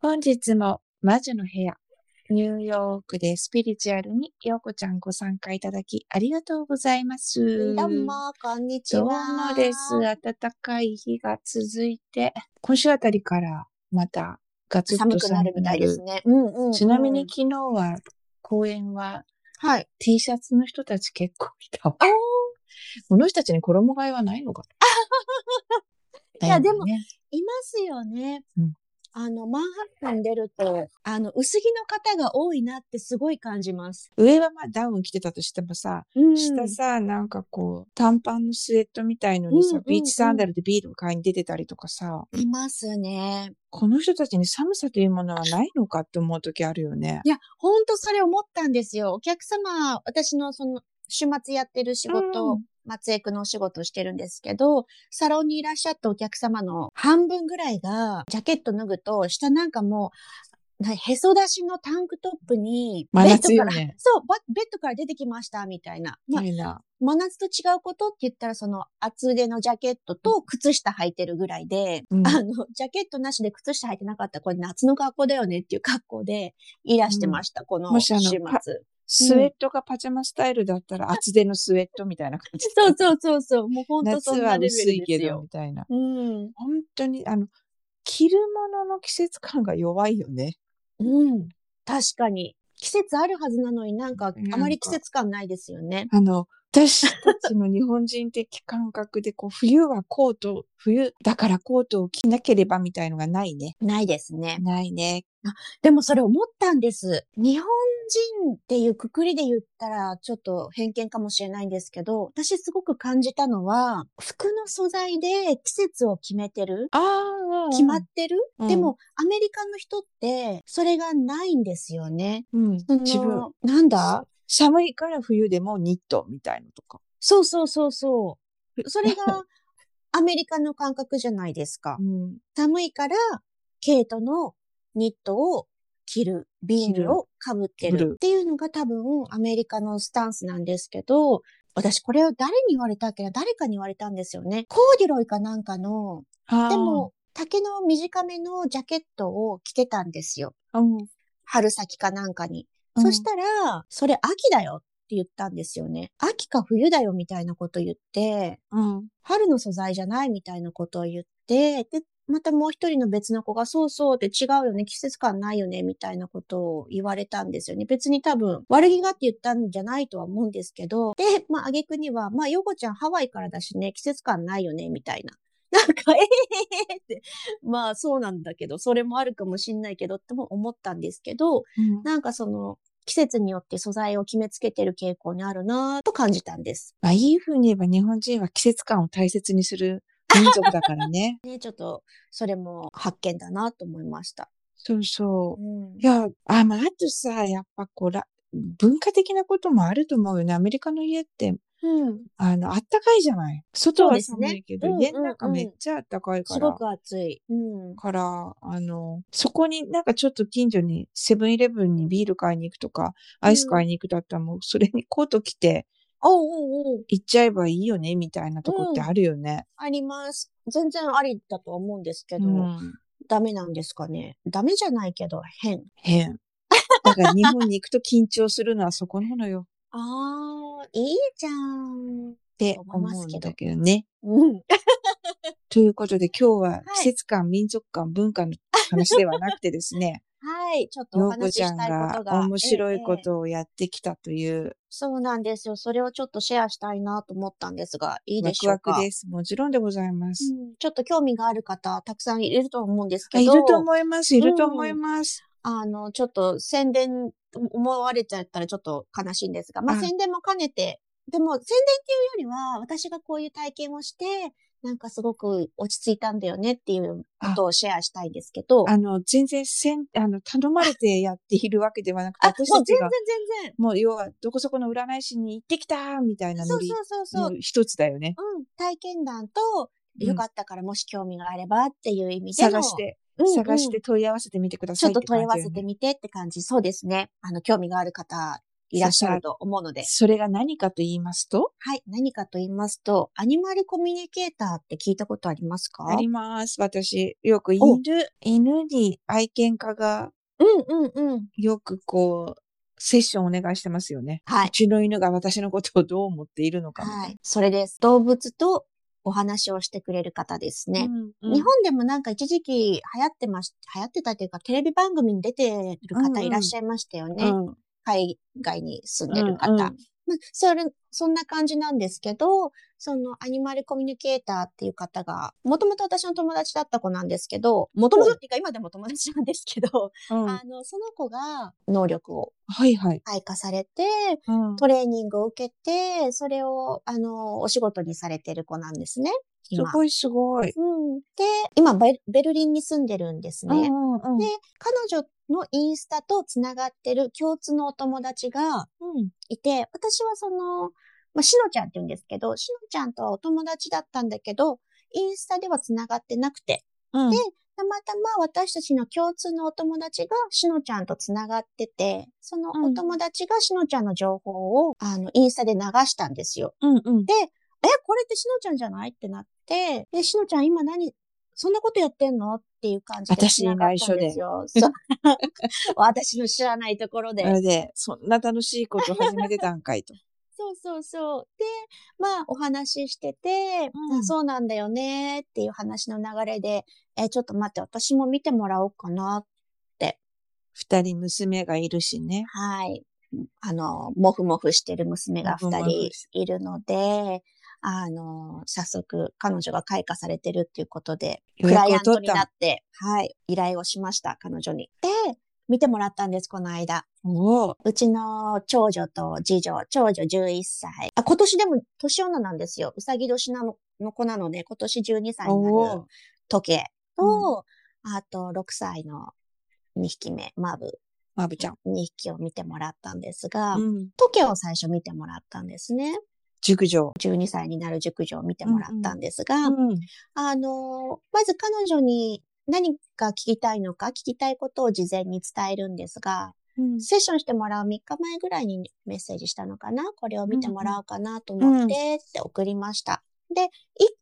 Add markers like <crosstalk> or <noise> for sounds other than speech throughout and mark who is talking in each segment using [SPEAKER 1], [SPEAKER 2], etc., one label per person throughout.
[SPEAKER 1] 本日も魔女の部屋、ニューヨークでスピリチュアルにようこちゃんご参加いただきありがとうございます。
[SPEAKER 2] どうも、こんにち
[SPEAKER 1] どう
[SPEAKER 2] は。
[SPEAKER 1] もです。暖かい日が続いて、今週あたりからまたガツッ
[SPEAKER 2] 寒
[SPEAKER 1] と
[SPEAKER 2] くなるみたいです
[SPEAKER 1] 寒く
[SPEAKER 2] ね。うんうんうん
[SPEAKER 1] なるちなみに、昨日は公園は
[SPEAKER 2] はい。
[SPEAKER 1] T シャツの人たち結構いたわ。この人たちに衣替えはないのかな
[SPEAKER 2] いや
[SPEAKER 1] だよね
[SPEAKER 2] いますよね。
[SPEAKER 1] うん
[SPEAKER 2] あの、マンハッタン出ると、あの、薄着の方が多いなってすごい感じます。
[SPEAKER 1] 上はまあダウン着てたとしてもさ、
[SPEAKER 2] うん
[SPEAKER 1] 下さ、なんかこう、短パンのスウェットみたいのに
[SPEAKER 2] うん
[SPEAKER 1] さ
[SPEAKER 2] うん、
[SPEAKER 1] ビーチサンダルでビールを買いに出てたりとかさ、
[SPEAKER 2] いますね。
[SPEAKER 1] この人たちに寒さというものはないのかって思う時あるよね。
[SPEAKER 2] いや、ほんとそれ思ったんですよ。お客様、私のその、週末やってる仕事、
[SPEAKER 1] うん
[SPEAKER 2] 松江区のお仕事をしてるんですけど、サロンにいらっしゃったお客様の半分ぐらいが、ジャケット脱ぐと、下なんかもう、なへそ出しのタンクトップに、
[SPEAKER 1] 真夏
[SPEAKER 2] ベッ
[SPEAKER 1] よ
[SPEAKER 2] ドから、
[SPEAKER 1] ね
[SPEAKER 2] そう、ばベッドから出てきました、みたいな。
[SPEAKER 1] み
[SPEAKER 2] まあ
[SPEAKER 1] た、いな。
[SPEAKER 2] 真夏と違うことって言ったら、その厚手のジャケットと靴下履いてるぐらいで、
[SPEAKER 1] うん
[SPEAKER 2] あの、ジャケットなしで靴下履いてなかったら、これ夏の格好だよねっていう格好でいらしてました、この
[SPEAKER 1] もし
[SPEAKER 2] 週
[SPEAKER 1] あの
[SPEAKER 2] 末。
[SPEAKER 1] パスウェットがパジャマスタイルだったら厚手のスウェットみたいな感じ。
[SPEAKER 2] そうそうそうそう、もう本当
[SPEAKER 1] 夏
[SPEAKER 2] そん
[SPEAKER 1] は
[SPEAKER 2] なレベルで
[SPEAKER 1] 薄いけ
[SPEAKER 2] す
[SPEAKER 1] ど
[SPEAKER 2] よ。
[SPEAKER 1] みたいな。
[SPEAKER 2] うん。
[SPEAKER 1] 本当に、あの、着るものの季節感が弱いよね。
[SPEAKER 2] うん。確かに。季節あるはずなのになんかあまり季節感ないですよね。
[SPEAKER 1] あの、私たちの日本人的感覚で、こう、冬はコート、冬だからコートを着なければみたいのがないね。
[SPEAKER 2] ないですね。
[SPEAKER 1] ないね。
[SPEAKER 2] でもそれ思ったんです。日本人っていうくくりで言ったらちょっと偏見かもしれないんですけど、私すごく感じたのは、服の素材で季節を決めてる
[SPEAKER 1] ああ
[SPEAKER 2] 決まってる、
[SPEAKER 1] うん
[SPEAKER 2] でも、アメリカの人って、それがないんですよね。
[SPEAKER 1] うん、
[SPEAKER 2] その
[SPEAKER 1] 自分。
[SPEAKER 2] なんだ
[SPEAKER 1] 寒いから冬でもニットみたいのとか。
[SPEAKER 2] そうそうそうそう。それが、アメリカの感覚じゃないですか
[SPEAKER 1] う。ん。
[SPEAKER 2] 寒いから、ケイトのニットを着る、ビールをかぶって
[SPEAKER 1] 着
[SPEAKER 2] る
[SPEAKER 1] る
[SPEAKER 2] っていうのが多分アメリカのスタンスなんですけど、私これを誰に言われたっけな誰かに言われたんですよね。コーディロイかなんかの、
[SPEAKER 1] あー
[SPEAKER 2] で、も竹の短めのジャケットを着てたんですよ。
[SPEAKER 1] うん。
[SPEAKER 2] 春先かなんかに。
[SPEAKER 1] うん
[SPEAKER 2] そしたら、それ秋だよって言ったんですよね。秋か冬だよみたいなこと言って、
[SPEAKER 1] うん。
[SPEAKER 2] 春の素材じゃないみたいなことを言って、で、またもう一人の別の子が、そうそうって違うよね、季節感ないよね、みたいなことを言われたんですよね。別に多分、悪気がって言ったんじゃないとは思うんですけど、で、まあ、挙句には、まあ、ヨコちゃんハワイからだしね、季節感ないよね、みたいな。 <laughs> なんか、えええって、まあ、そうなんだけど、それもあるかもしんないけど、っても思ったんですけど、なんかその、季節によって素材を決めつけてる傾向にあるなぁと感じたんです。。
[SPEAKER 1] まあ、いい風に言えば日本人は季節感を大切にする民族だからね
[SPEAKER 2] ね、ちょっと、それも発見だなと思いました。
[SPEAKER 1] <laughs> そうそう
[SPEAKER 2] う。ん
[SPEAKER 1] いや、あ、まあ、あとさ、やっぱこうら、文化的なこともあると思うよね。アメリカの家って、
[SPEAKER 2] うん、
[SPEAKER 1] あの、あったかいじゃない。外
[SPEAKER 2] そう
[SPEAKER 1] は
[SPEAKER 2] ですね
[SPEAKER 1] 寒いけど、
[SPEAKER 2] うんうんうん
[SPEAKER 1] 家の中めっちゃあったかいか
[SPEAKER 2] す
[SPEAKER 1] ら。
[SPEAKER 2] ごく暑い。うん。
[SPEAKER 1] から、あの、そこになんかちょっと近所にセブンイレブンにビール買いに行くとか、アイス買いに行くだったらもうそれにコート着て
[SPEAKER 2] おうおうおう
[SPEAKER 1] 行っちゃえばいいよねみたいなとこってあるよね。
[SPEAKER 2] あります。全然ありだとは思うんですけ
[SPEAKER 1] う
[SPEAKER 2] ど、
[SPEAKER 1] ん。
[SPEAKER 2] ダメなんですかね。ダメじゃないけど、変。
[SPEAKER 1] 変。だから日本に行くと緊張するのはそこなのよっ
[SPEAKER 2] ああ、いいじゃん。
[SPEAKER 1] て
[SPEAKER 2] 思い
[SPEAKER 1] 思
[SPEAKER 2] ま
[SPEAKER 1] う
[SPEAKER 2] す
[SPEAKER 1] ん
[SPEAKER 2] けど
[SPEAKER 1] だけどね。
[SPEAKER 2] うん。
[SPEAKER 1] ということで今日は季節感、民族感、文化の話ではなくてですね、
[SPEAKER 2] はい。ちょっ <laughs> とお
[SPEAKER 1] ようこ
[SPEAKER 2] 話し
[SPEAKER 1] ちゃん
[SPEAKER 2] したいこ
[SPEAKER 1] が
[SPEAKER 2] とが。
[SPEAKER 1] 面白いこ
[SPEAKER 2] ええ。ええ
[SPEAKER 1] とをやってきたという
[SPEAKER 2] そうなんですよ。それをちょっとシェアしたいなと思ったんですが、いい
[SPEAKER 1] ワ
[SPEAKER 2] でし
[SPEAKER 1] ク
[SPEAKER 2] ょ
[SPEAKER 1] ワ
[SPEAKER 2] うか。
[SPEAKER 1] クです。もちろんでございます。
[SPEAKER 2] うんちょっと興味がある方、たくさんいると思うんです
[SPEAKER 1] あ
[SPEAKER 2] け
[SPEAKER 1] い
[SPEAKER 2] ど。
[SPEAKER 1] ると思います。いると
[SPEAKER 2] うん
[SPEAKER 1] 思います。
[SPEAKER 2] あの、ちょっと宣伝と思われちゃったらちょっと悲しいんですが、まあ
[SPEAKER 1] うん
[SPEAKER 2] 宣伝も兼ねて、でも宣伝っていうよりは、私がこういう体験をして、なんかすごく落ち着いたんだよねっていうことをシェアしたいんですけど、
[SPEAKER 1] あの、全然せん、あの、頼まれてやっているわけではなくて、
[SPEAKER 2] あ、もう
[SPEAKER 1] 私たち
[SPEAKER 2] 全
[SPEAKER 1] が
[SPEAKER 2] 然、
[SPEAKER 1] もう要は、どこそこの占い師に行ってきたみたいな
[SPEAKER 2] 全然。そ
[SPEAKER 1] ノ
[SPEAKER 2] う
[SPEAKER 1] リ
[SPEAKER 2] そうそうそう。
[SPEAKER 1] の一つだよね。
[SPEAKER 2] うん、体験談と、
[SPEAKER 1] うん
[SPEAKER 2] よかったからもし興味があればっていう意味での
[SPEAKER 1] 探して、
[SPEAKER 2] うんうん
[SPEAKER 1] 探して問い合わせてみてくだ
[SPEAKER 2] ち
[SPEAKER 1] さ
[SPEAKER 2] ょ
[SPEAKER 1] い
[SPEAKER 2] ってと
[SPEAKER 1] 感
[SPEAKER 2] 問
[SPEAKER 1] じだ
[SPEAKER 2] い合
[SPEAKER 1] よ
[SPEAKER 2] わ
[SPEAKER 1] ね
[SPEAKER 2] せてみてって感じ。そうですね。あの、興味がある方、いらっしゃると思うので。
[SPEAKER 1] それが何かと言いますと
[SPEAKER 2] はい。何かと言いますと、アニマルコミュニケーターって聞いたことありますか
[SPEAKER 1] あります。私、よく
[SPEAKER 2] お
[SPEAKER 1] 犬、犬に愛犬家が
[SPEAKER 2] うんうんうん。
[SPEAKER 1] よくこう、セッションお願いしてますよね。
[SPEAKER 2] は
[SPEAKER 1] う
[SPEAKER 2] い。
[SPEAKER 1] ちの犬が私のことをどう思っているのかみたいな。
[SPEAKER 2] はい。それです。動物とお話をしてくれる方ですね。
[SPEAKER 1] うんうん
[SPEAKER 2] 日本でもなんか一時期流行ってまし、流行ってたというか、テレビ番組に出てる
[SPEAKER 1] うん
[SPEAKER 2] 方
[SPEAKER 1] うん
[SPEAKER 2] いらっしゃいましたよね。
[SPEAKER 1] うん
[SPEAKER 2] 海外に住んでる方。
[SPEAKER 1] うんうん
[SPEAKER 2] まあ、それ、そんな感じなんですけど、そのアニマルコミュニケーターっていう方が、もともと私の友達だった子なんですけど、もともとっていうか今でも友達なんですけど、
[SPEAKER 1] うん
[SPEAKER 2] あの、その子が能力を
[SPEAKER 1] はいはい。
[SPEAKER 2] 開花されて、
[SPEAKER 1] うん
[SPEAKER 2] トレーニングを受けて、それを、あの、お仕事にされてる子なんですね。
[SPEAKER 1] す
[SPEAKER 2] 今。
[SPEAKER 1] ごいすごい。
[SPEAKER 2] うん、で、今ベル、ベルリンに住んでるんですね。
[SPEAKER 1] うんうんうん
[SPEAKER 2] で、彼女のインスタとつながってる共通のお友達が
[SPEAKER 1] うん
[SPEAKER 2] いて、私はその、まあ、しのちゃんって言うんですけど、しのちゃんとはお友達だったんだけど、インスタではつながってなくて、
[SPEAKER 1] うん
[SPEAKER 2] でたまたま私たちの共通のお友達がしのちゃんとつながってて、そのお友達がしのちゃんの情報を、あの、インスタで流したんですよ。
[SPEAKER 1] うんうん
[SPEAKER 2] え、これってしのちゃんじゃないってなって、で、しのちゃん今何、そんなことやってんのっていう感じで。
[SPEAKER 1] 私に内緒で
[SPEAKER 2] つながったんですよ。そう <laughs> 私の知らないところで。
[SPEAKER 1] それで、そんな楽しいこと始めてたんかいと。
[SPEAKER 2] そうそうそう。で、まあ、お話ししてて、
[SPEAKER 1] うん
[SPEAKER 2] あそうなんだよねっていう話の流れで、え、ちょっと待って、私も見てもらおうかな。
[SPEAKER 1] 二人娘がいるしね。
[SPEAKER 2] はい。あの、もふもふしてる娘が二
[SPEAKER 1] もふも
[SPEAKER 2] 人
[SPEAKER 1] ふし
[SPEAKER 2] いるので、あの、早速、彼女が開花されてるっていうことで、
[SPEAKER 1] 予
[SPEAKER 2] クライ
[SPEAKER 1] 約
[SPEAKER 2] ア
[SPEAKER 1] を
[SPEAKER 2] ント
[SPEAKER 1] 取っ
[SPEAKER 2] に
[SPEAKER 1] た
[SPEAKER 2] な
[SPEAKER 1] の。
[SPEAKER 2] って、はい、依頼をしました、彼女に。で、見てもらったんです、この間。
[SPEAKER 1] おお。
[SPEAKER 2] うちの長女と次女、長女11歳。あ、今年でも年女なんですよ。うさぎ年なのの子なので、今年12歳にな
[SPEAKER 1] お
[SPEAKER 2] る
[SPEAKER 1] お。
[SPEAKER 2] 時計と、あと6歳の2匹目、マブ
[SPEAKER 1] まぶちゃん。
[SPEAKER 2] 2匹を見てもらったんですが、
[SPEAKER 1] うん。
[SPEAKER 2] 時計を最初見てもらったんですね。
[SPEAKER 1] 熟女。
[SPEAKER 2] 12歳になる熟女を見てもらったんですが、
[SPEAKER 1] うん。
[SPEAKER 2] あの、まず彼女に何か聞きたいのか、聞きたいことを事前に伝えるんですが、
[SPEAKER 1] うん
[SPEAKER 2] セッションしてもらう3日前ぐらいにメッセージしたのかなこれを見てもらおうかなと思ってって送りました。で、1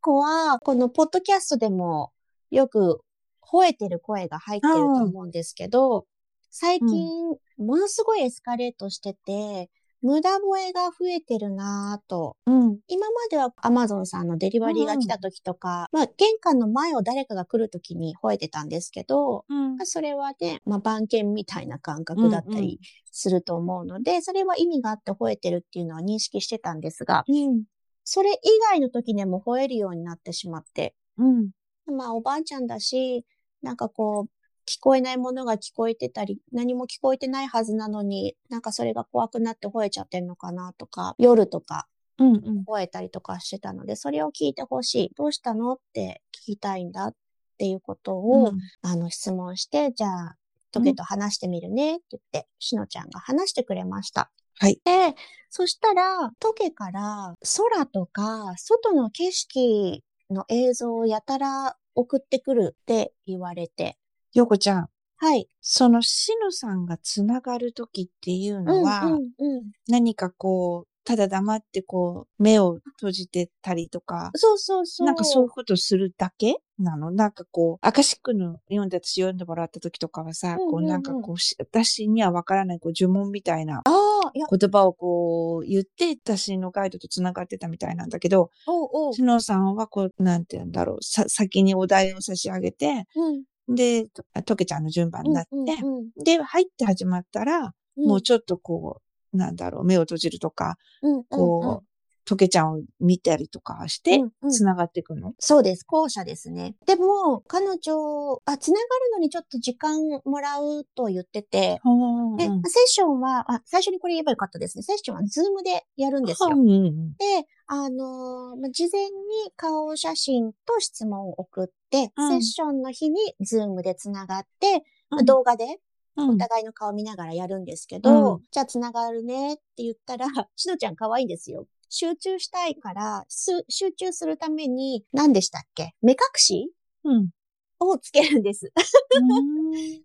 [SPEAKER 2] 個は、このポッドキャストでもよく吠えてる声が入ってると思うんですけど、最近、ものすごいエスカレートしてて、無駄吠えが増えてるなぁと
[SPEAKER 1] うん。
[SPEAKER 2] 今までは Amazon さんのデリバリーが来た時とか、まあ玄関の前を誰かが来る時に吠えてたんですけど、
[SPEAKER 1] うん
[SPEAKER 2] まあ、それはね、まあ番犬みたいな感覚だったりすると思うので、それは意味があって吠えてるっていうのは認識してたんですが、
[SPEAKER 1] うん。
[SPEAKER 2] それ以外の時でも吠えるようになってしまって、
[SPEAKER 1] うん。
[SPEAKER 2] まあおばあちゃんだし、なんかこう、聞こえないものが聞こえてたり、何も聞こえてないはずなのに、なんかそれが怖くなって吠えちゃってんのかなとか、夜とか
[SPEAKER 1] うん。うん。
[SPEAKER 2] 吠えたりとかしてたので、それを聞いてほしい。どうしたのって聞きたいんだっていうことを、あの、質問して、じゃあ、トゲと話してみるねって言って、しのちゃんが話してくれました。
[SPEAKER 1] はい。
[SPEAKER 2] で、そしたら、トゲから空とか、外の景色の映像をやたら送ってくるって言われて、
[SPEAKER 1] よこちゃん。
[SPEAKER 2] はい。
[SPEAKER 1] そのしのさんがつながるときっていうのは、
[SPEAKER 2] うんうんうん、
[SPEAKER 1] 何かこう、ただ黙ってこう、目を閉じてたりとか、
[SPEAKER 2] そうそうそう。
[SPEAKER 1] なんかそういうことするだけなのなんかこう、アカシックの読んで私読んでもらった時とかはさ、
[SPEAKER 2] うんうん
[SPEAKER 1] こ
[SPEAKER 2] う
[SPEAKER 1] うんなんかこうし、私にはわからないこう呪文みたいな
[SPEAKER 2] ああ、いや、
[SPEAKER 1] 言葉をこう言って、私のガイドと繋がってたみたいなんだけど、
[SPEAKER 2] おうおう。
[SPEAKER 1] しのさんはこう、なんて言うんだろう、さ、先にお題を差し上げて、
[SPEAKER 2] うん。
[SPEAKER 1] で、ととけちゃんの順番になって、
[SPEAKER 2] うんうん
[SPEAKER 1] で、入って始まったら、
[SPEAKER 2] うん、
[SPEAKER 1] もうちょっとこう、なんだろう、目を閉じるとか、
[SPEAKER 2] うん、
[SPEAKER 1] こう、
[SPEAKER 2] うんうん
[SPEAKER 1] トケちゃんを見たりとかして
[SPEAKER 2] うん、うん
[SPEAKER 1] つながっていくの、
[SPEAKER 2] そうです。後者ですね。でも、彼女、あ、つながるのにちょっと時間もらうと言ってて、
[SPEAKER 1] うん
[SPEAKER 2] で、セッションは、あ、最初にこれ言えばよかったですね。セッションはズームでやるんですよ。で、あのーまあ事前に顔写真と質問を送って、
[SPEAKER 1] うん
[SPEAKER 2] セッションの日にズームでつながって、まあ
[SPEAKER 1] うん
[SPEAKER 2] 動画で
[SPEAKER 1] うん
[SPEAKER 2] お互いの顔見ながらやるんですけど、
[SPEAKER 1] う
[SPEAKER 2] じゃあつながるねって言ったら、 <laughs> しのちゃん可愛いんですよ。集中したいから、す集中するために、何でしたっけ目隠し
[SPEAKER 1] うん
[SPEAKER 2] をつけるんです。 <laughs>
[SPEAKER 1] うん
[SPEAKER 2] で、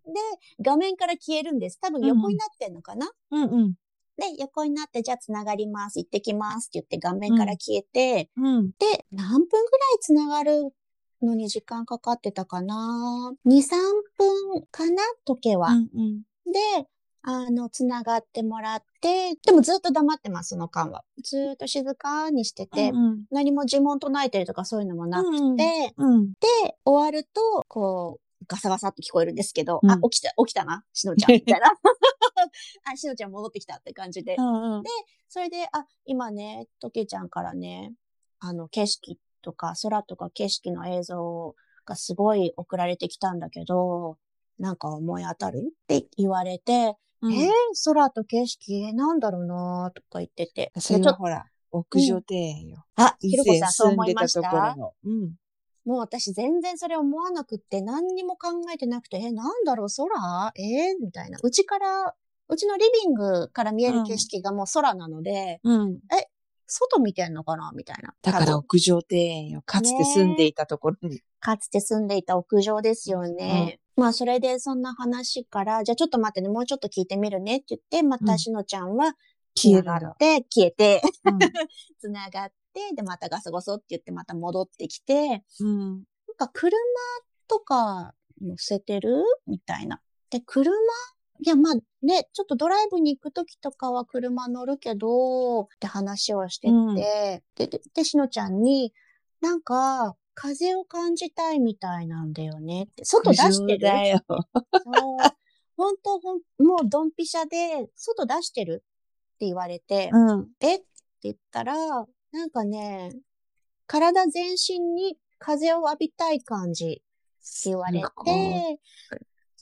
[SPEAKER 2] 画面から消えるんです。多分横になってんのかな、
[SPEAKER 1] うんうん
[SPEAKER 2] で、横になって、じゃあ繋がります。行ってきますって言って画面から消えて、
[SPEAKER 1] うん。
[SPEAKER 2] で、何分ぐらい繋がるのに時間かかってたかな ?2、3分かな時計は。
[SPEAKER 1] うんうん。
[SPEAKER 2] で、あの、つながってもらって、でもずっと黙ってます、その間は。ずーっと静かにしてて、
[SPEAKER 1] うん
[SPEAKER 2] 何も呪文唱えてるとかそういうのもなくて、
[SPEAKER 1] うん
[SPEAKER 2] で、
[SPEAKER 1] うん。
[SPEAKER 2] 終わると、こう、ガサガサって聞こえるんですけど、
[SPEAKER 1] うん
[SPEAKER 2] あ、起きた、起きたな、しのちゃん、みたいな。 <laughs> あ、しのちゃん戻ってきたって感じで。
[SPEAKER 1] うんうん。
[SPEAKER 2] それで、あ、今ね、とけちゃんからね、あの、景色とか、空とか景色の映像がすごい送られてきたんだけど、なんか思い当たるって言われて、
[SPEAKER 1] うん
[SPEAKER 2] えー空と景色、えーなんだろうなーとか言ってて。
[SPEAKER 1] そ
[SPEAKER 2] で
[SPEAKER 1] れ
[SPEAKER 2] ちょ
[SPEAKER 1] は
[SPEAKER 2] っと
[SPEAKER 1] ほら、屋上庭園よ。
[SPEAKER 2] あ、ひ
[SPEAKER 1] 以
[SPEAKER 2] ろこ
[SPEAKER 1] 前
[SPEAKER 2] さん、そう
[SPEAKER 1] 住ん
[SPEAKER 2] 思い
[SPEAKER 1] で
[SPEAKER 2] ま
[SPEAKER 1] た
[SPEAKER 2] し
[SPEAKER 1] ところ
[SPEAKER 2] た
[SPEAKER 1] の。うん。
[SPEAKER 2] もう私全然それ思わなくって、何にも考えてなくて、えーなんだろう、空えーみたいな。うちから、うちのリビングから見える景色がもう空なので、
[SPEAKER 1] うん。
[SPEAKER 2] 外見てんのかなみたいな。
[SPEAKER 1] だか
[SPEAKER 2] 多
[SPEAKER 1] ら
[SPEAKER 2] 分
[SPEAKER 1] 屋上庭園よ。かつて住んでいたところに。
[SPEAKER 2] かつて住んでいた屋上ですよね。まあ、それでそんな話から、じゃあちょっと待ってね、もうちょっと聞いてみるねって言って、ま
[SPEAKER 1] う
[SPEAKER 2] た
[SPEAKER 1] ん
[SPEAKER 2] しのちゃんは
[SPEAKER 1] 消えるん
[SPEAKER 2] 繋がっ
[SPEAKER 1] だ。
[SPEAKER 2] て、消えて、 <laughs>
[SPEAKER 1] うん
[SPEAKER 2] 繋がって、で、またガソゴソって言って、また戻ってきて、なん
[SPEAKER 1] うん。
[SPEAKER 2] か車とか乗せてるみたいな。で、車いや、まあね、ちょっとドライブに行くときとかは車乗るけど、って話をしてて、
[SPEAKER 1] うん
[SPEAKER 2] で、で、でしのちゃんに、なんか、風を感じたいみたいなんだよねって。外出して
[SPEAKER 1] 屋上だ
[SPEAKER 2] る
[SPEAKER 1] よ。
[SPEAKER 2] そう本当ほん、もうドンピシャで、外出してるって言われて、
[SPEAKER 1] うん。
[SPEAKER 2] えって言ったら、なんかね、体全身に風を浴びたい感じって言われ
[SPEAKER 1] すご
[SPEAKER 2] て、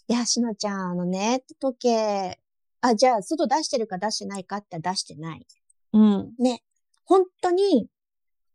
[SPEAKER 2] いや、しのちゃん、あのね、時計、あ、じゃあ、外出してるか出してないかって言ったら出してない。
[SPEAKER 1] うん。
[SPEAKER 2] ね、本当に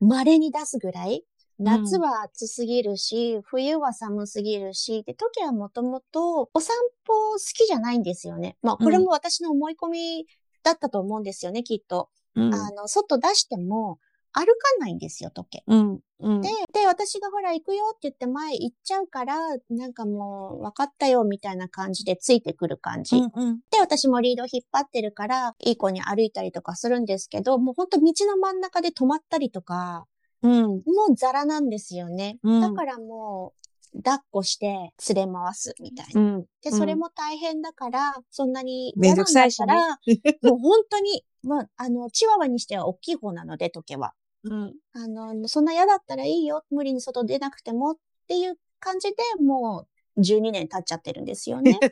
[SPEAKER 2] 稀に出すぐらい、夏は暑すぎるし、冬は寒すぎるし、で、時計はもともとお散歩好きじゃないんですよね。まあ、これも私の思い込みだったと思うんですよね、きっと。
[SPEAKER 1] うん。
[SPEAKER 2] あの、外出しても歩かないんですよ、時計。
[SPEAKER 1] うん。うん
[SPEAKER 2] で、で、私がほら行くよって言って前行っちゃうから、なんかもう分かったよみたいな感じでついてくる感じ。
[SPEAKER 1] うんうん。
[SPEAKER 2] で、私もリード引っ張ってるから、いい子に歩いたりとかするんですけど、もうほんと道の真ん中で止まったりとか、
[SPEAKER 1] うん。
[SPEAKER 2] もうザラなんですよね。
[SPEAKER 1] うん
[SPEAKER 2] だからもう、抱っこして連れ回すみたいな。
[SPEAKER 1] うん。
[SPEAKER 2] で、
[SPEAKER 1] うん
[SPEAKER 2] それも大変だから、そんなに
[SPEAKER 1] めんどくさいしね <laughs>
[SPEAKER 2] 嫌なんだったら、もう本当に、まあ、あの、チワワにしては大きい方なので、時計は。
[SPEAKER 1] うん。
[SPEAKER 2] あの、そんな嫌だったらいいよ。無理に外出なくてもっていう感じで、もう12年経っちゃってるんですよね。
[SPEAKER 1] <laughs>
[SPEAKER 2] で、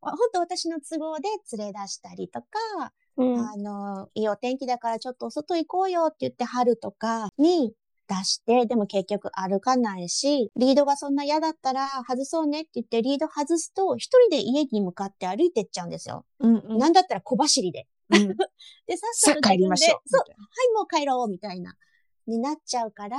[SPEAKER 2] 本当私の都合で連れ出したりとか、
[SPEAKER 1] うん
[SPEAKER 2] あの、いいお天気だからちょっと外行こうよって言って春とかに出して、でも結局歩かないし、リードがそんな嫌だったら外そうねって言ってリード外すと、一人で家に向かって歩いてっちゃうんですよ。
[SPEAKER 1] うんうん。
[SPEAKER 2] なんだったら小走りで。
[SPEAKER 1] うん
[SPEAKER 2] で、さっ
[SPEAKER 1] さ
[SPEAKER 2] さと
[SPEAKER 1] あ帰りましょう。
[SPEAKER 2] 自分でそう、はい、もう帰ろう、みたいな、になっちゃうから、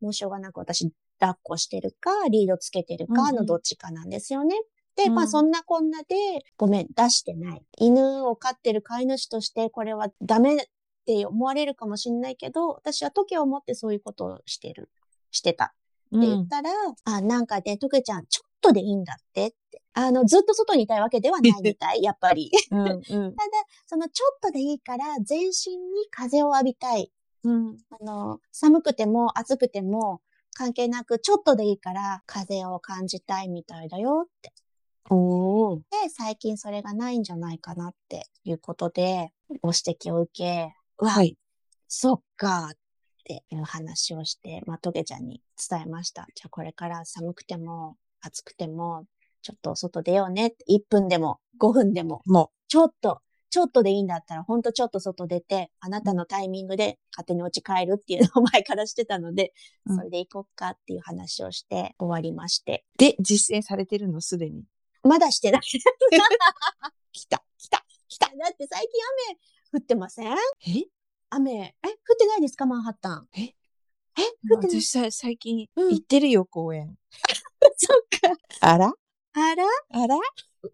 [SPEAKER 2] もうしょうがなく私、抱っこしてるか、リードつけてる
[SPEAKER 1] うんう
[SPEAKER 2] か
[SPEAKER 1] ん
[SPEAKER 2] のどっちかなんですよね。で、
[SPEAKER 1] うん
[SPEAKER 2] まあそんなこんなで、ごめん、出してない。犬を飼ってる飼い主として、これはダメって思われるかもしれないけど、私は時計を持ってそういうことをしてる、してた。
[SPEAKER 1] う
[SPEAKER 2] っ
[SPEAKER 1] ん
[SPEAKER 2] て言ったら、あ、なんかね、とけちゃん、ちょっとでいいんだってって。あの、ずっと外にいたいわけではないみたい、やっぱ
[SPEAKER 1] <laughs>
[SPEAKER 2] り。
[SPEAKER 1] うんうん
[SPEAKER 2] ただ、そのちょっとでいいから全身に風を浴びたい。
[SPEAKER 1] うん
[SPEAKER 2] あの、寒くても暑くても関係なくちょっとでいいから風を感じたいみたいだよって。
[SPEAKER 1] おー
[SPEAKER 2] で、最近それがないんじゃないかなっていうことで、ご指摘を受け、
[SPEAKER 1] はい。
[SPEAKER 2] そっかっていう話をして、まあ、トゲちゃんに伝えました。じゃあこれから寒くても暑くても、ちょっと外出ようねって。1分でも5分でも
[SPEAKER 1] も
[SPEAKER 2] ちょっと、ちょっとでいいんだったら、ほんとちょっと外出て、あなたのタイミングで勝手にお家帰るっていうのを <laughs> 前からしてたので、
[SPEAKER 1] うん
[SPEAKER 2] それで行こっかっていう話をして終わりまして。
[SPEAKER 1] う。で、実践されてるの、すでに。
[SPEAKER 2] まだしてない。
[SPEAKER 1] <laughs> 来た、来た。
[SPEAKER 2] 来ただって最近雨降ってません
[SPEAKER 1] え
[SPEAKER 2] 雨、え、降ってないですかマンハッタン。
[SPEAKER 1] え
[SPEAKER 2] え降ってない。
[SPEAKER 1] 私さ、最近
[SPEAKER 2] うん
[SPEAKER 1] 行ってるよ、公 <laughs> 園。
[SPEAKER 2] そっか。
[SPEAKER 1] あら
[SPEAKER 2] あら
[SPEAKER 1] あら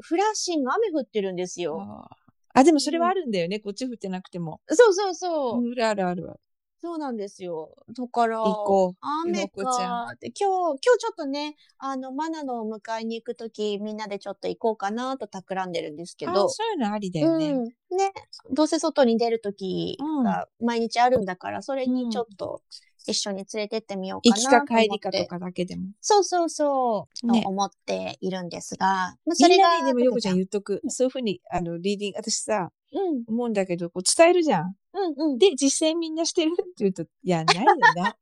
[SPEAKER 2] フラッシング雨降ってるんですよ。
[SPEAKER 1] あー、でもそれはあるんだよね。こっち降ってなくても。
[SPEAKER 2] そうそうそう。
[SPEAKER 1] うんあるあるある。
[SPEAKER 2] そうなんですよ。だから、
[SPEAKER 1] 行こ
[SPEAKER 2] 雨
[SPEAKER 1] ひろこちゃ
[SPEAKER 2] かって、今日、今日ちょっとね、あの、マナのを迎えに行くとき、みんなでちょっと行こうかなと企んでるんですけ
[SPEAKER 1] う。あ
[SPEAKER 2] ど。
[SPEAKER 1] そういうのありだよね。
[SPEAKER 2] うん、ね。どうせ外に出るときが毎日あるんだから、それにちょっと一緒に連れてってみよう
[SPEAKER 1] 行
[SPEAKER 2] か
[SPEAKER 1] き
[SPEAKER 2] なと思
[SPEAKER 1] か
[SPEAKER 2] って。
[SPEAKER 1] 帰りかとかだけでも。
[SPEAKER 2] そうそうそう、
[SPEAKER 1] ね
[SPEAKER 2] と思っているんですが、まあ
[SPEAKER 1] みんなね、でもよ
[SPEAKER 2] こ
[SPEAKER 1] こちゃん
[SPEAKER 2] う
[SPEAKER 1] 言っとく。そういうふうに、あの、リーディング、私さ、
[SPEAKER 2] ん、
[SPEAKER 1] 思うんだけど、こう伝えるじゃん。
[SPEAKER 2] うん、うん。
[SPEAKER 1] で、実践みんなしてるって言うと、いや、ないよな。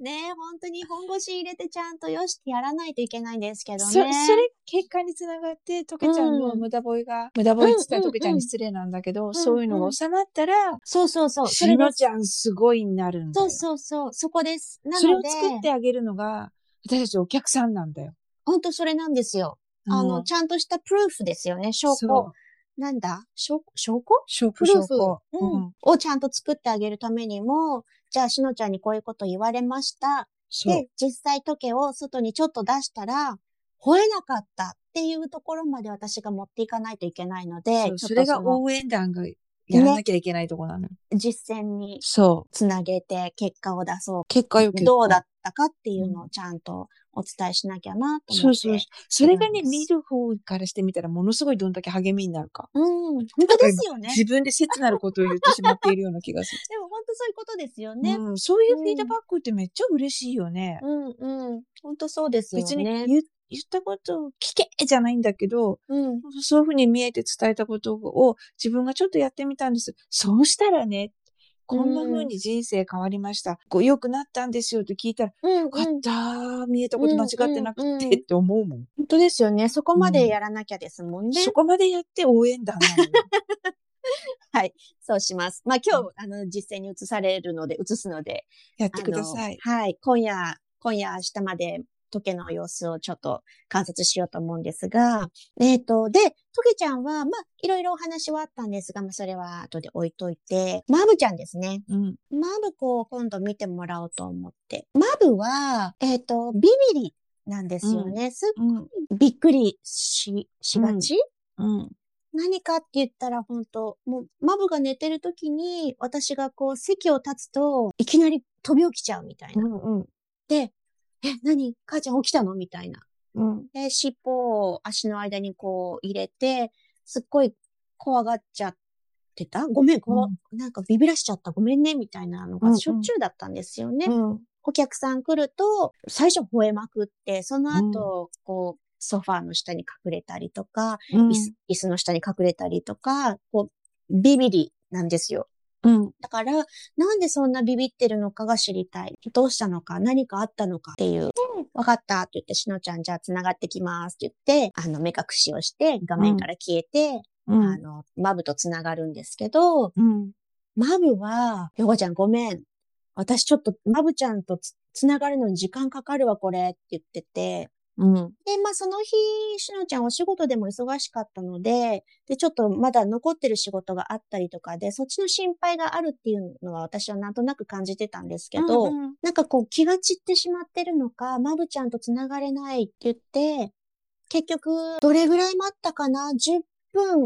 [SPEAKER 2] ね本当に本腰入れてちゃんとよしってやらないといけないんですけど
[SPEAKER 1] そ
[SPEAKER 2] ね。
[SPEAKER 1] それ、結果につながって、トケちゃんの
[SPEAKER 2] うん
[SPEAKER 1] 無駄吠えが、無駄吠えって言った
[SPEAKER 2] う
[SPEAKER 1] ら
[SPEAKER 2] んうんうん
[SPEAKER 1] トケちゃんに失礼なんだけど、
[SPEAKER 2] ん
[SPEAKER 1] そういうのが収まったら、
[SPEAKER 2] そうそうそう。そ
[SPEAKER 1] し
[SPEAKER 2] れで
[SPEAKER 1] のちゃんすごいになるんだ
[SPEAKER 2] そう
[SPEAKER 1] よ。
[SPEAKER 2] そうそう。そこです。な
[SPEAKER 1] それ
[SPEAKER 2] の
[SPEAKER 1] を
[SPEAKER 2] で、
[SPEAKER 1] 作ってあげるのが、私たちお客さんなんだよ。
[SPEAKER 2] 本当それなんですよ。あ
[SPEAKER 1] う
[SPEAKER 2] の、
[SPEAKER 1] ん
[SPEAKER 2] ちゃんとしたプルーフですよね。証
[SPEAKER 1] そう
[SPEAKER 2] 拠。なんだ証証拠
[SPEAKER 1] 証
[SPEAKER 2] プ
[SPEAKER 1] 拠、
[SPEAKER 2] ルー
[SPEAKER 1] 証
[SPEAKER 2] フ
[SPEAKER 1] 拠。
[SPEAKER 2] う
[SPEAKER 1] うん
[SPEAKER 2] ん、をちゃんと作ってあげるためにも、じゃあ、しのちゃんにこういうこと言われました。
[SPEAKER 1] そう
[SPEAKER 2] で。、実際時計を外にちょっと出したら、吠えなかったっていうところまで私が持っていかないといけないので、
[SPEAKER 1] そう
[SPEAKER 2] ちょっ
[SPEAKER 1] そ
[SPEAKER 2] と
[SPEAKER 1] れが
[SPEAKER 2] その
[SPEAKER 1] 応援団がやらなきゃいけないとこなのよ。
[SPEAKER 2] 実践に
[SPEAKER 1] そ。
[SPEAKER 2] つなげて結果を出そう
[SPEAKER 1] 結果よ
[SPEAKER 2] う。どうだ
[SPEAKER 1] っ
[SPEAKER 2] ったかっていうのをちゃんとお伝えしなきゃなと
[SPEAKER 1] そ
[SPEAKER 2] 思っ
[SPEAKER 1] う
[SPEAKER 2] て。
[SPEAKER 1] そうそう。それがね、
[SPEAKER 2] うん
[SPEAKER 1] 見る方からしてみたら、ものすごいどんだけ励みになるか。
[SPEAKER 2] うん、本当ですよね。
[SPEAKER 1] 自分で切なることを言ってしまっているような気がする。
[SPEAKER 2] でも本当そういうことですよね。
[SPEAKER 1] うん、そういうフィードバックってめっちゃ嬉しいよね。
[SPEAKER 2] うん、うん。本当そうですよね。
[SPEAKER 1] 別に言言ったことを聞けじゃないんだけど、
[SPEAKER 2] うん、
[SPEAKER 1] そういうふうに見えて伝えたことを自分がちょっとやってみたんです。そうしたらね、こんな風に人生変わりました。こう良くなったんですよって聞いたら、
[SPEAKER 2] うん、
[SPEAKER 1] よかったー、見えたこと間違ってな
[SPEAKER 2] うん
[SPEAKER 1] く
[SPEAKER 2] うん
[SPEAKER 1] てって思うもん。
[SPEAKER 2] 本当ですよね。そこま
[SPEAKER 1] う
[SPEAKER 2] で
[SPEAKER 1] ん
[SPEAKER 2] やらなきゃですもんね。
[SPEAKER 1] そこまでやって応援団なの
[SPEAKER 2] <laughs>
[SPEAKER 1] よ。
[SPEAKER 2] はい。そうします。まあ今日、あの、実践に移されるので、移すので。
[SPEAKER 1] やっ
[SPEAKER 2] あ
[SPEAKER 1] てください。
[SPEAKER 2] のはい。今夜、今夜明日まで、トケの様子をちょっと観察しようと思うんですが、えっ、と、で、トケちゃんは、まあ、いろいろお話はあったんですが、まあ、それは後で置いといて、マブちゃんですね。
[SPEAKER 1] うん。
[SPEAKER 2] マブ子を今度見てもらおうと思って。マブは、えっ、と、ビビリなんですよね。す
[SPEAKER 1] うん。
[SPEAKER 2] びっくりし、しがち、
[SPEAKER 1] うん。
[SPEAKER 2] 何かって言ったら本当もう、マブが寝てる時に、私がこう、席を立つと、いきなり飛び起きちゃうみたいうな。
[SPEAKER 1] ん。
[SPEAKER 2] で、え、何母ちゃん起きたのみたいな。
[SPEAKER 1] うん。
[SPEAKER 2] で、尻尾を足の間にこう入れて、すっごい怖がっちゃってたごめん、こう、なんかビビらしちゃった。ごめんね、みたいなの
[SPEAKER 1] うんう
[SPEAKER 2] が
[SPEAKER 1] ん
[SPEAKER 2] しょっちゅうだったんですよね。
[SPEAKER 1] うん。
[SPEAKER 2] お客さん来ると、最初吠えまくって、その後、こう、ソファーの下に隠れたりとか、
[SPEAKER 1] うん
[SPEAKER 2] 椅子椅子の下に隠れたりとか、こう、ビビりなんですよ。
[SPEAKER 1] うん。
[SPEAKER 2] だから、なんでそんなビビってるのかが知りたい。どうしたのか、何かあったのかっていう。わかったって言って、しのちゃんじゃあ繋がってきますって言って、あの、目隠しをして、画面から消えて、
[SPEAKER 1] うん
[SPEAKER 2] あの、マブと繋がるんですけど、
[SPEAKER 1] うん。
[SPEAKER 2] マブは、ヨコちゃんごめん。私ちょっと、マブちゃんとつ繋がるのに時間かかるわ、これって言ってて、
[SPEAKER 1] うん。
[SPEAKER 2] で、まあその日、しのちゃんお仕事でも忙しかったので、で、ちょっとまだ残ってる仕事があったりとかで、そっちの心配があるっていうのは私はなんとなく感じてたんですけど、
[SPEAKER 1] うん
[SPEAKER 2] なんかこう気が散ってしまってるのか、まぶちゃんと繋がれないって言って、結局、どれぐらい待ったかな ?10 分。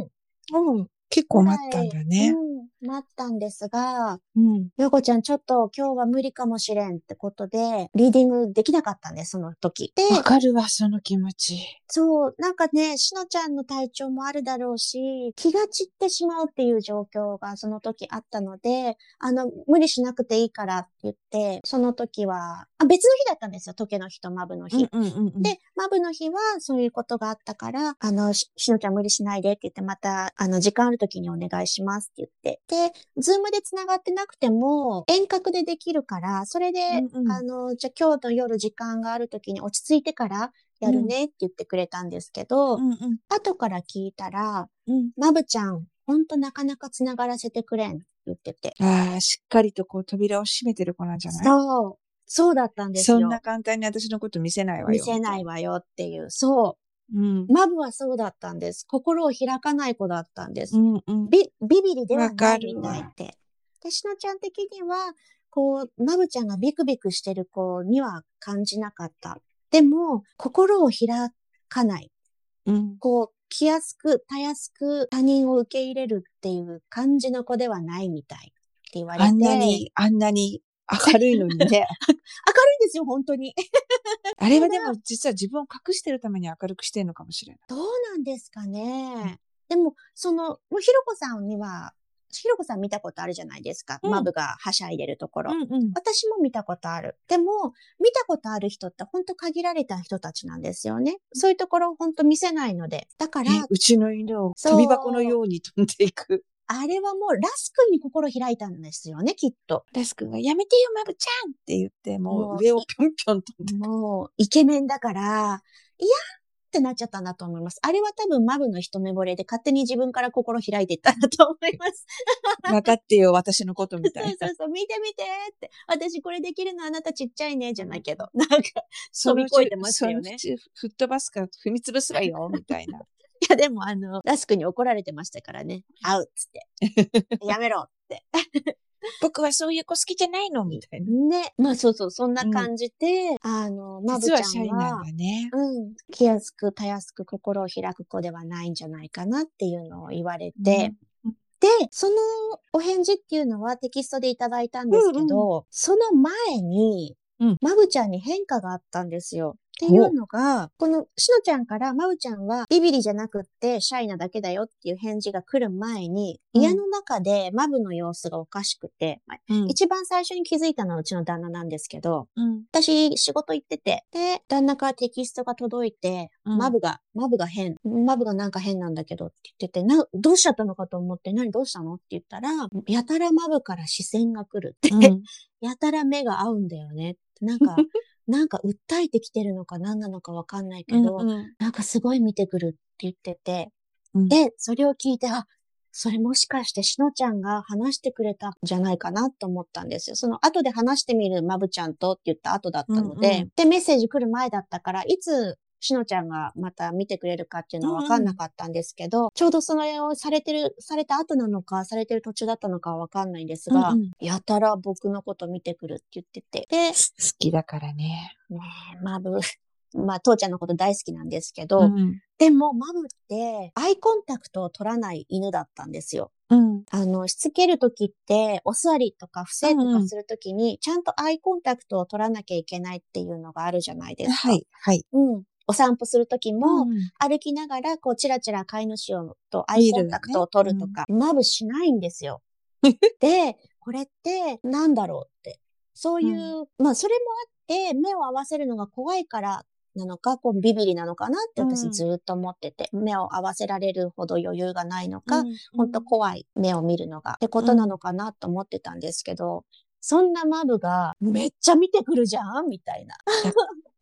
[SPEAKER 1] うん。結構待ったんだね。
[SPEAKER 2] うん、待ったんですが、
[SPEAKER 1] うん。
[SPEAKER 2] よこちゃんちょっと今日は無理かもしれんってことで、リーディングできなかったんです、その時。で、
[SPEAKER 1] わかるわ、その気持ち。
[SPEAKER 2] そう、なんかね、しのちゃんの体調もあるだろうし、気が散ってしまうっていう状況がその時あったので、あの、無理しなくていいからって言って、その時は、あ、別の日だったんですよ。時計の日とマブの日。
[SPEAKER 1] うんうんうん。
[SPEAKER 2] で、マブの日はそういうことがあったから、あの、ししのちゃん無理しないでって言って、また、あの、時間ある時にお願いしますって言って。で、ズームで繋がってなくても、遠隔でできるから、それで、
[SPEAKER 1] うんうん
[SPEAKER 2] あの、じゃあ今日の夜時間がある時に落ち着いてからやるねって言ってくれたんですけど、
[SPEAKER 1] うんうん
[SPEAKER 2] 後から聞いたら、
[SPEAKER 1] うん。
[SPEAKER 2] マブちゃん、ほんとなかなか繋がらせてくれんって言ってて。
[SPEAKER 1] ああ、しっかりとこう扉を閉めてる子なんじゃない
[SPEAKER 2] そう。そうだったんですよ。
[SPEAKER 1] そんな簡単に私のこと見せないわよ。
[SPEAKER 2] 見せないわよっていう。そう。
[SPEAKER 1] うん。
[SPEAKER 2] マブはそうだったんです。心を開かない子だったんです。
[SPEAKER 1] うんうん。
[SPEAKER 2] ビビビリでは
[SPEAKER 1] わ
[SPEAKER 2] な
[SPEAKER 1] か
[SPEAKER 2] い
[SPEAKER 1] る
[SPEAKER 2] み
[SPEAKER 1] わ
[SPEAKER 2] たいって。で、しのちゃん的には、こう、マブちゃんがビクビクしてる子には感じなかった。でも、心を開かない。
[SPEAKER 1] うん。
[SPEAKER 2] こう、気安く、たやすく他人を受け入れるっていう感じの子ではないみたい。言われて。
[SPEAKER 1] あんなに、あんなに明るいのに <laughs> ね。
[SPEAKER 2] 明るいんですよ、本当に。
[SPEAKER 1] あれはでも実は自分を隠してるために明るくしてるのかもしれない。
[SPEAKER 2] どうなんですかね。でも、その、もうひろこさんには、ひろこさん見たことあるじゃないですか。
[SPEAKER 1] うん
[SPEAKER 2] マブがはしゃいでるところ。
[SPEAKER 1] んうん。
[SPEAKER 2] 私も見たことある。でも、見たことある人って本当限られた人たちなんですよね。そういうところ本当見せないので。だから、
[SPEAKER 1] ねうちの犬を
[SPEAKER 2] そう
[SPEAKER 1] 飛び箱のように飛んでいく。
[SPEAKER 2] あれはもうラス君に心開いたんですよね、きっと。
[SPEAKER 1] レス君がやめてよ、マブちゃんって言って、も
[SPEAKER 2] もう
[SPEAKER 1] う上をぴょんぴょん飛んで。
[SPEAKER 2] もう、イケメンだから、いやーってなっちゃったんだと思います。あれは多分マブの一目惚れで勝手に自分から心開いていったんだと思います。
[SPEAKER 1] 分かってよ、私のことみた
[SPEAKER 2] そう
[SPEAKER 1] い
[SPEAKER 2] そ
[SPEAKER 1] な
[SPEAKER 2] う。そう、見て見てって。私これできるのあなたちっちゃいね、じゃないけど。 <laughs> なんか、飛び越えてますよね。
[SPEAKER 1] そのうち吹っ飛ばすか踏み潰すわ <laughs> よ、みたいな。
[SPEAKER 2] いや、でも、あの、ラスクに怒られてましたからね。会うっつって。やめろって。
[SPEAKER 1] 僕はそういう子好きじゃないのみたいな。
[SPEAKER 2] ね。まあ、そうそう、そんな感じで、あの、まぶち
[SPEAKER 1] 実
[SPEAKER 2] ゃん
[SPEAKER 1] はシャイなん、
[SPEAKER 2] は
[SPEAKER 1] だね。
[SPEAKER 2] うん、気安く、たやすく心を開く子ではないんじゃないかなっていうのを言われて、で、そのお返事っていうのはテキストでいただいたんですけど、その前に、
[SPEAKER 1] うん
[SPEAKER 2] まぶちゃんに変化があったんですよ。っていうのが、このしのちゃんからまぶちゃんはビビリじゃなくってシャイなだけだよっていう返事が来る前に、
[SPEAKER 1] うん
[SPEAKER 2] 家の中でまぶの様子がおかしくて、まあ
[SPEAKER 1] うん。
[SPEAKER 2] 一番最初に気づいたのはうちの旦那なんですけど、
[SPEAKER 1] うん。
[SPEAKER 2] 私仕事行ってて、で、旦那からテキストが届いて、
[SPEAKER 1] うん
[SPEAKER 2] マブが、マブが変、マブがなんか変なんだけどって言ってて、な、どうしちゃったのかと思って、何どうしたのって言ったら、やたらマブから視線が来るって、
[SPEAKER 1] うん
[SPEAKER 2] <laughs> やたら目が合うんだよねって。なん
[SPEAKER 1] <laughs>
[SPEAKER 2] か、なんか訴えてきてるのか何なのかわかんないけど、
[SPEAKER 1] うん
[SPEAKER 2] なんかすごい見てくるって言ってて、
[SPEAKER 1] うん
[SPEAKER 2] で、それを聞いて、あ、それもしかしてしのちゃんが話してくれたんじゃないかなと思ったんですよ。その後で話してみるまぶちゃんとって言った後だったので、
[SPEAKER 1] うんう
[SPEAKER 2] で、メッセージ来る前だったから、いつしのちゃんがまた見てくれるかっていうのはわかんなかったんですけど、ちょうどそれをされてる、された後なのか、されてる途中だったのかはわかんないんですが、
[SPEAKER 1] うんうん
[SPEAKER 2] やたら僕のこと見てくるって言ってて、で、
[SPEAKER 1] 好きだからね。
[SPEAKER 2] ねえ、マブ、 <laughs> まあ、父ちゃんのこと大好きなんですけど、
[SPEAKER 1] うん。
[SPEAKER 2] でも、マムって、アイコンタクトを取らない犬だったんですよ。
[SPEAKER 1] うん。
[SPEAKER 2] あの、しつけるときって、お座りとか伏せと
[SPEAKER 1] うんう
[SPEAKER 2] か
[SPEAKER 1] ん
[SPEAKER 2] するときに、ちゃんとアイコンタクトを取らなきゃいけないっていうのがあるじゃないですか。
[SPEAKER 1] はい、はい。
[SPEAKER 2] うん。お散歩するとき
[SPEAKER 1] う
[SPEAKER 2] も、
[SPEAKER 1] ん
[SPEAKER 2] 歩きながら、こう、チラチラ飼い主をとアイコンタクトを取るとか、マブしないんです <laughs> よ。で、これって、なんだろうって。そういう、まあ、それもあって、目を合わせるのが怖いから、なのか、こう、ビビリなのかなって
[SPEAKER 1] う
[SPEAKER 2] 私
[SPEAKER 1] ん
[SPEAKER 2] ずーっと思ってて、目を合わせられるほど余裕がないのか、
[SPEAKER 1] うん
[SPEAKER 2] ほんと怖い目を見るのがってことなのかなと思ってたんですけど、そんなマブが、めっちゃ見てくるじゃんみたいな。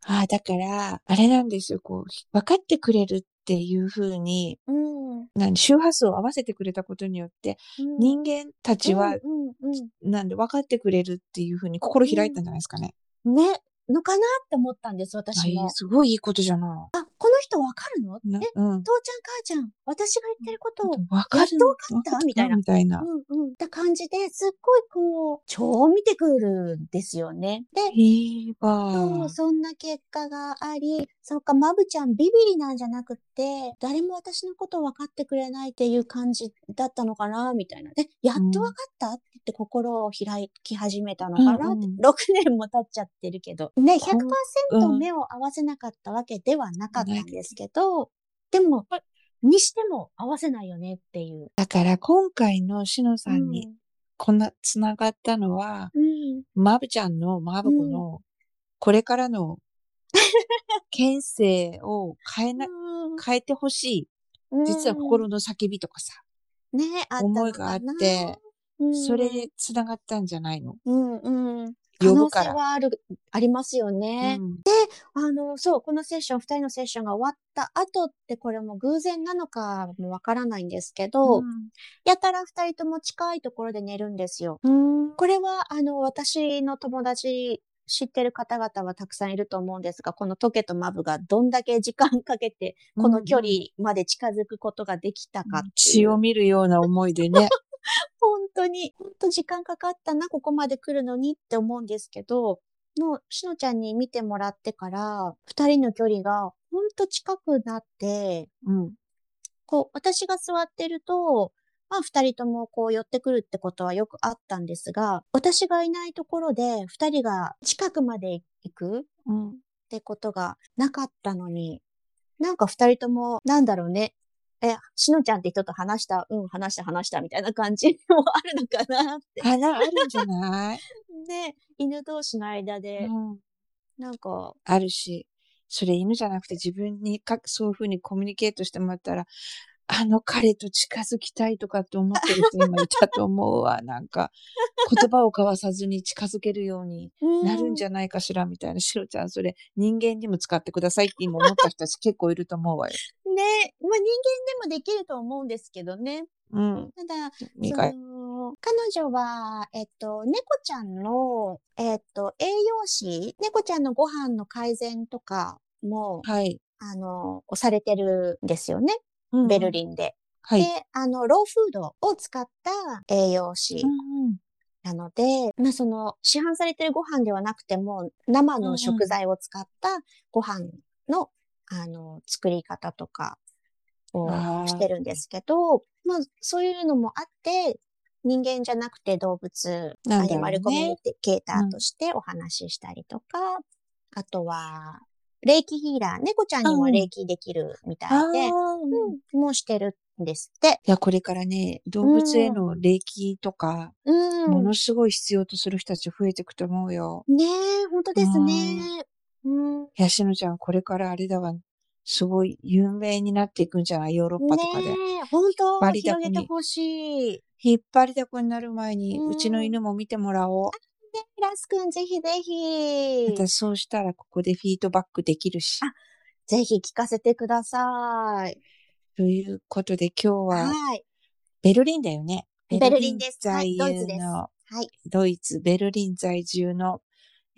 [SPEAKER 1] ああ、だから、あれなんですよ。こう、分かってくれるっていうふうに、
[SPEAKER 2] うん。
[SPEAKER 1] 何、周波数を合わせてくれたことによって、人間たちは、
[SPEAKER 2] うんうんうん
[SPEAKER 1] なんで分かってくれるっていうふうに心開いたんじゃないですかね。
[SPEAKER 2] ね、のかなって思ったんです、私
[SPEAKER 1] あい
[SPEAKER 2] も
[SPEAKER 1] い。すごいいいことじゃな
[SPEAKER 2] あ、この人わかるのえ、
[SPEAKER 1] い。
[SPEAKER 2] 父ちゃん、
[SPEAKER 1] なうん。
[SPEAKER 2] 母ちゃん、私が言ってることを。
[SPEAKER 1] 分かるの
[SPEAKER 2] やっと分かった
[SPEAKER 1] 分かみたいな。
[SPEAKER 2] うんうん。って感じですっごいこう、超見てくるんですよね。で、
[SPEAKER 1] いい
[SPEAKER 2] そ
[SPEAKER 1] わ
[SPEAKER 2] う、。そんな結果があり、そっか、まぶちゃんビビリなんじゃなくって、誰も私のこと分かってくれないっていう感じだったのかな、みたいな。で、やっと分かったって言って心を開き始めたのかなって、
[SPEAKER 1] うんうん
[SPEAKER 2] 6年も経っちゃってるけど。ね、
[SPEAKER 1] う
[SPEAKER 2] 100%
[SPEAKER 1] ん
[SPEAKER 2] 目を合わせなかったわけではなかったんですけど、でも、にしても合わせないよねっていう。
[SPEAKER 1] だから、今回のしのさんに、こんな繋がったのは、
[SPEAKER 2] うん。うん
[SPEAKER 1] まぶちゃんの、まぶこの、これからの、
[SPEAKER 2] <laughs>
[SPEAKER 1] 県政を変えな、変えてほし
[SPEAKER 2] う
[SPEAKER 1] い。
[SPEAKER 2] ん
[SPEAKER 1] 実は心の叫びとかさ、
[SPEAKER 2] ね、あったの
[SPEAKER 1] 思い
[SPEAKER 2] か
[SPEAKER 1] があっ
[SPEAKER 2] な
[SPEAKER 1] て、
[SPEAKER 2] うん
[SPEAKER 1] それで繋がったんじゃないの
[SPEAKER 2] うんうん。可
[SPEAKER 1] 呼
[SPEAKER 2] 能
[SPEAKER 1] ぶ
[SPEAKER 2] 性
[SPEAKER 1] から
[SPEAKER 2] はある、ありますよね。
[SPEAKER 1] うん
[SPEAKER 2] あの、そう、このセッション、二人のセッションが終わった後って、これも偶然なのかもわからないんですけど、やたら二人とも近いところで寝るんですよ。
[SPEAKER 1] うん
[SPEAKER 2] これは、あの、私の友達、知ってる方々はたくさんいると思うんですが、このトケとマブがどんだけ時間かけて、この距離まで近づくことができたかってい
[SPEAKER 1] 血
[SPEAKER 2] う。
[SPEAKER 1] を見るような思いでね。
[SPEAKER 2] 本当に、本当時間かかったな、ここまで来るのにって思うんですけど、もう、しのちゃんに見てもらってから、二人の距離が本当近くなって、
[SPEAKER 1] <laughs> うん。
[SPEAKER 2] こう、私が座ってると、まあ二人ともこう寄ってくるってことはよくあったんですが、私がいないところで二人が近くまで行く
[SPEAKER 1] うん。
[SPEAKER 2] ってことがなかったのに、なんか二人とも、なんだろうね。え、しのちゃんって人と話した、うん、話した、話した、みたいな感じもあるのかなって。
[SPEAKER 1] あら、あるんじゃない、
[SPEAKER 2] で、犬同士の間で、
[SPEAKER 1] <laughs> うん、
[SPEAKER 2] なんか、
[SPEAKER 1] あるし、それ犬じゃなくて自分にかそういうふうにコミュニケートしてもらったら、あの彼と近づきたいとかって思ってる人今いたと思う <laughs> わ。なんか、言葉を交わさずに近づけるようになるんじ
[SPEAKER 2] ゃ、
[SPEAKER 1] ゃないかしらみたいな。シロちゃん、それ人間にも使ってくださいって今思った人たち結構いると思うわよ。
[SPEAKER 2] ね、まあ人間でもできると思うんですけどね。
[SPEAKER 1] うん。
[SPEAKER 2] ただ、
[SPEAKER 1] 意
[SPEAKER 2] そ
[SPEAKER 1] 外。
[SPEAKER 2] の彼女は、えっと、猫ちゃんの、えっと、栄養士、猫ちゃんのご飯の改善とかも、
[SPEAKER 1] はい。
[SPEAKER 2] あの、されてるんですよね。
[SPEAKER 1] うん
[SPEAKER 2] ベルリンで。
[SPEAKER 1] はい。
[SPEAKER 2] で、あの、ローフードを使った栄養士
[SPEAKER 1] うんうん
[SPEAKER 2] なので、まあその、市販されてるご飯ではなくても、生
[SPEAKER 1] うんう
[SPEAKER 2] の
[SPEAKER 1] ん
[SPEAKER 2] 食材を使ったご飯の、あの、作り方とかを
[SPEAKER 1] あー
[SPEAKER 2] してるんですけど、まあそういうのもあって、人間じゃなくて動物、
[SPEAKER 1] なんだろう
[SPEAKER 2] ア
[SPEAKER 1] ね
[SPEAKER 2] ニマルコミュニケーターとしてお話ししたりとか、あとは、霊気ヒーラー、猫ちゃんにも霊気できるみた
[SPEAKER 1] あ
[SPEAKER 2] い
[SPEAKER 1] ー
[SPEAKER 2] で、
[SPEAKER 1] うんい
[SPEAKER 2] うん、もうしてるんですって。
[SPEAKER 1] や、これからね、動物への霊気とか、
[SPEAKER 2] うん。
[SPEAKER 1] ものすごい必要とする人たち増えていくと思うよ。
[SPEAKER 2] ねえ、本当ですね。うん。
[SPEAKER 1] いやしのちゃん、これからあれだわ。すごい有名になっていくんじゃないヨーロッパとかで。
[SPEAKER 2] ねえ、本当
[SPEAKER 1] バリダコ
[SPEAKER 2] 広
[SPEAKER 1] に
[SPEAKER 2] げてほしい。ね
[SPEAKER 1] 引っ張りだこになる前に、
[SPEAKER 2] うん
[SPEAKER 1] うちの犬も見てもらおう。
[SPEAKER 2] えラスくん、ぜひぜひ。
[SPEAKER 1] 私そうしたらここでフィードバックできるし。
[SPEAKER 2] ぜひ聞かせてください。
[SPEAKER 1] ということで今日は
[SPEAKER 2] はい。
[SPEAKER 1] ベルリンだよね。
[SPEAKER 2] ベルリンですはい
[SPEAKER 1] 在
[SPEAKER 2] ドイツ
[SPEAKER 1] 住
[SPEAKER 2] です
[SPEAKER 1] の、
[SPEAKER 2] はい。
[SPEAKER 1] ドイツ、ベルリン在住の、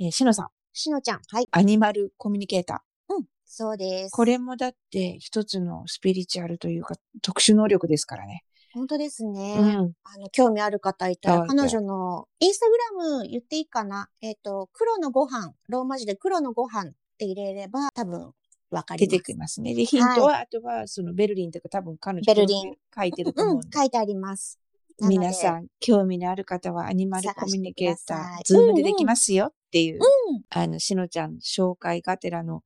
[SPEAKER 1] えー、しのさん、
[SPEAKER 2] しのちゃん。はい。
[SPEAKER 1] アニマルコミュニケーター。
[SPEAKER 2] そうです。
[SPEAKER 1] こ。れもだって一つのスピリチュアルというか特殊能力ですからね。
[SPEAKER 2] 本当ですね。
[SPEAKER 1] うん。
[SPEAKER 2] あの、興味ある方いたら、
[SPEAKER 1] はい
[SPEAKER 2] 彼女のインスタグラム言っていいかなえっ、と、黒のご飯、ローマ字で黒のご飯って入れれば、多分、わかり
[SPEAKER 1] 出
[SPEAKER 2] ます
[SPEAKER 1] て。きますね。で、ヒントは、あとは、そのベルリンとか多分彼女
[SPEAKER 2] ベルリン
[SPEAKER 1] ブログ書いてると
[SPEAKER 2] う
[SPEAKER 1] 思
[SPEAKER 2] ん
[SPEAKER 1] うん、で。
[SPEAKER 2] 書いてあります。なので
[SPEAKER 1] 皆さん、興味のある方はアニマルコミュニケータ
[SPEAKER 2] 探
[SPEAKER 1] ー
[SPEAKER 2] して、くだ
[SPEAKER 1] ズ
[SPEAKER 2] さい
[SPEAKER 1] ームでできますよっていう、
[SPEAKER 2] うん
[SPEAKER 1] あの、しのちゃん紹介がてらの
[SPEAKER 2] は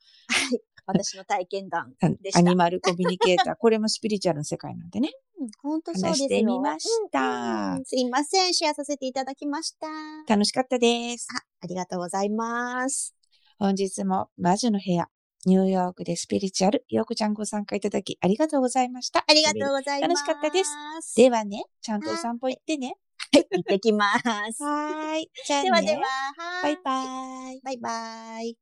[SPEAKER 2] い。私の体験談
[SPEAKER 1] あ
[SPEAKER 2] でした。
[SPEAKER 1] アニマルコミュニケーター、これもスピリチュアルの世界なんでね。
[SPEAKER 2] うん本当 <laughs> そうで
[SPEAKER 1] 話
[SPEAKER 2] す
[SPEAKER 1] し
[SPEAKER 2] よ
[SPEAKER 1] てみました
[SPEAKER 2] うんうんすいません。シェアさせていただきました。あ
[SPEAKER 1] 楽しかったです。
[SPEAKER 2] ありがとうございます。
[SPEAKER 1] 本日も魔女の部屋、ニューヨークでスピリチュアル、ようこちゃんご参加いただきありがとうございました。
[SPEAKER 2] ありがとうございます。
[SPEAKER 1] 楽しかったです。
[SPEAKER 2] で
[SPEAKER 1] ではね、ちゃんとお散歩行ってね。
[SPEAKER 2] 行ってきます。
[SPEAKER 1] <laughs> はーい。じゃあね。
[SPEAKER 2] ではでは、は
[SPEAKER 1] バ
[SPEAKER 2] ー
[SPEAKER 1] イ
[SPEAKER 2] い
[SPEAKER 1] バーイ。
[SPEAKER 2] バイバイ。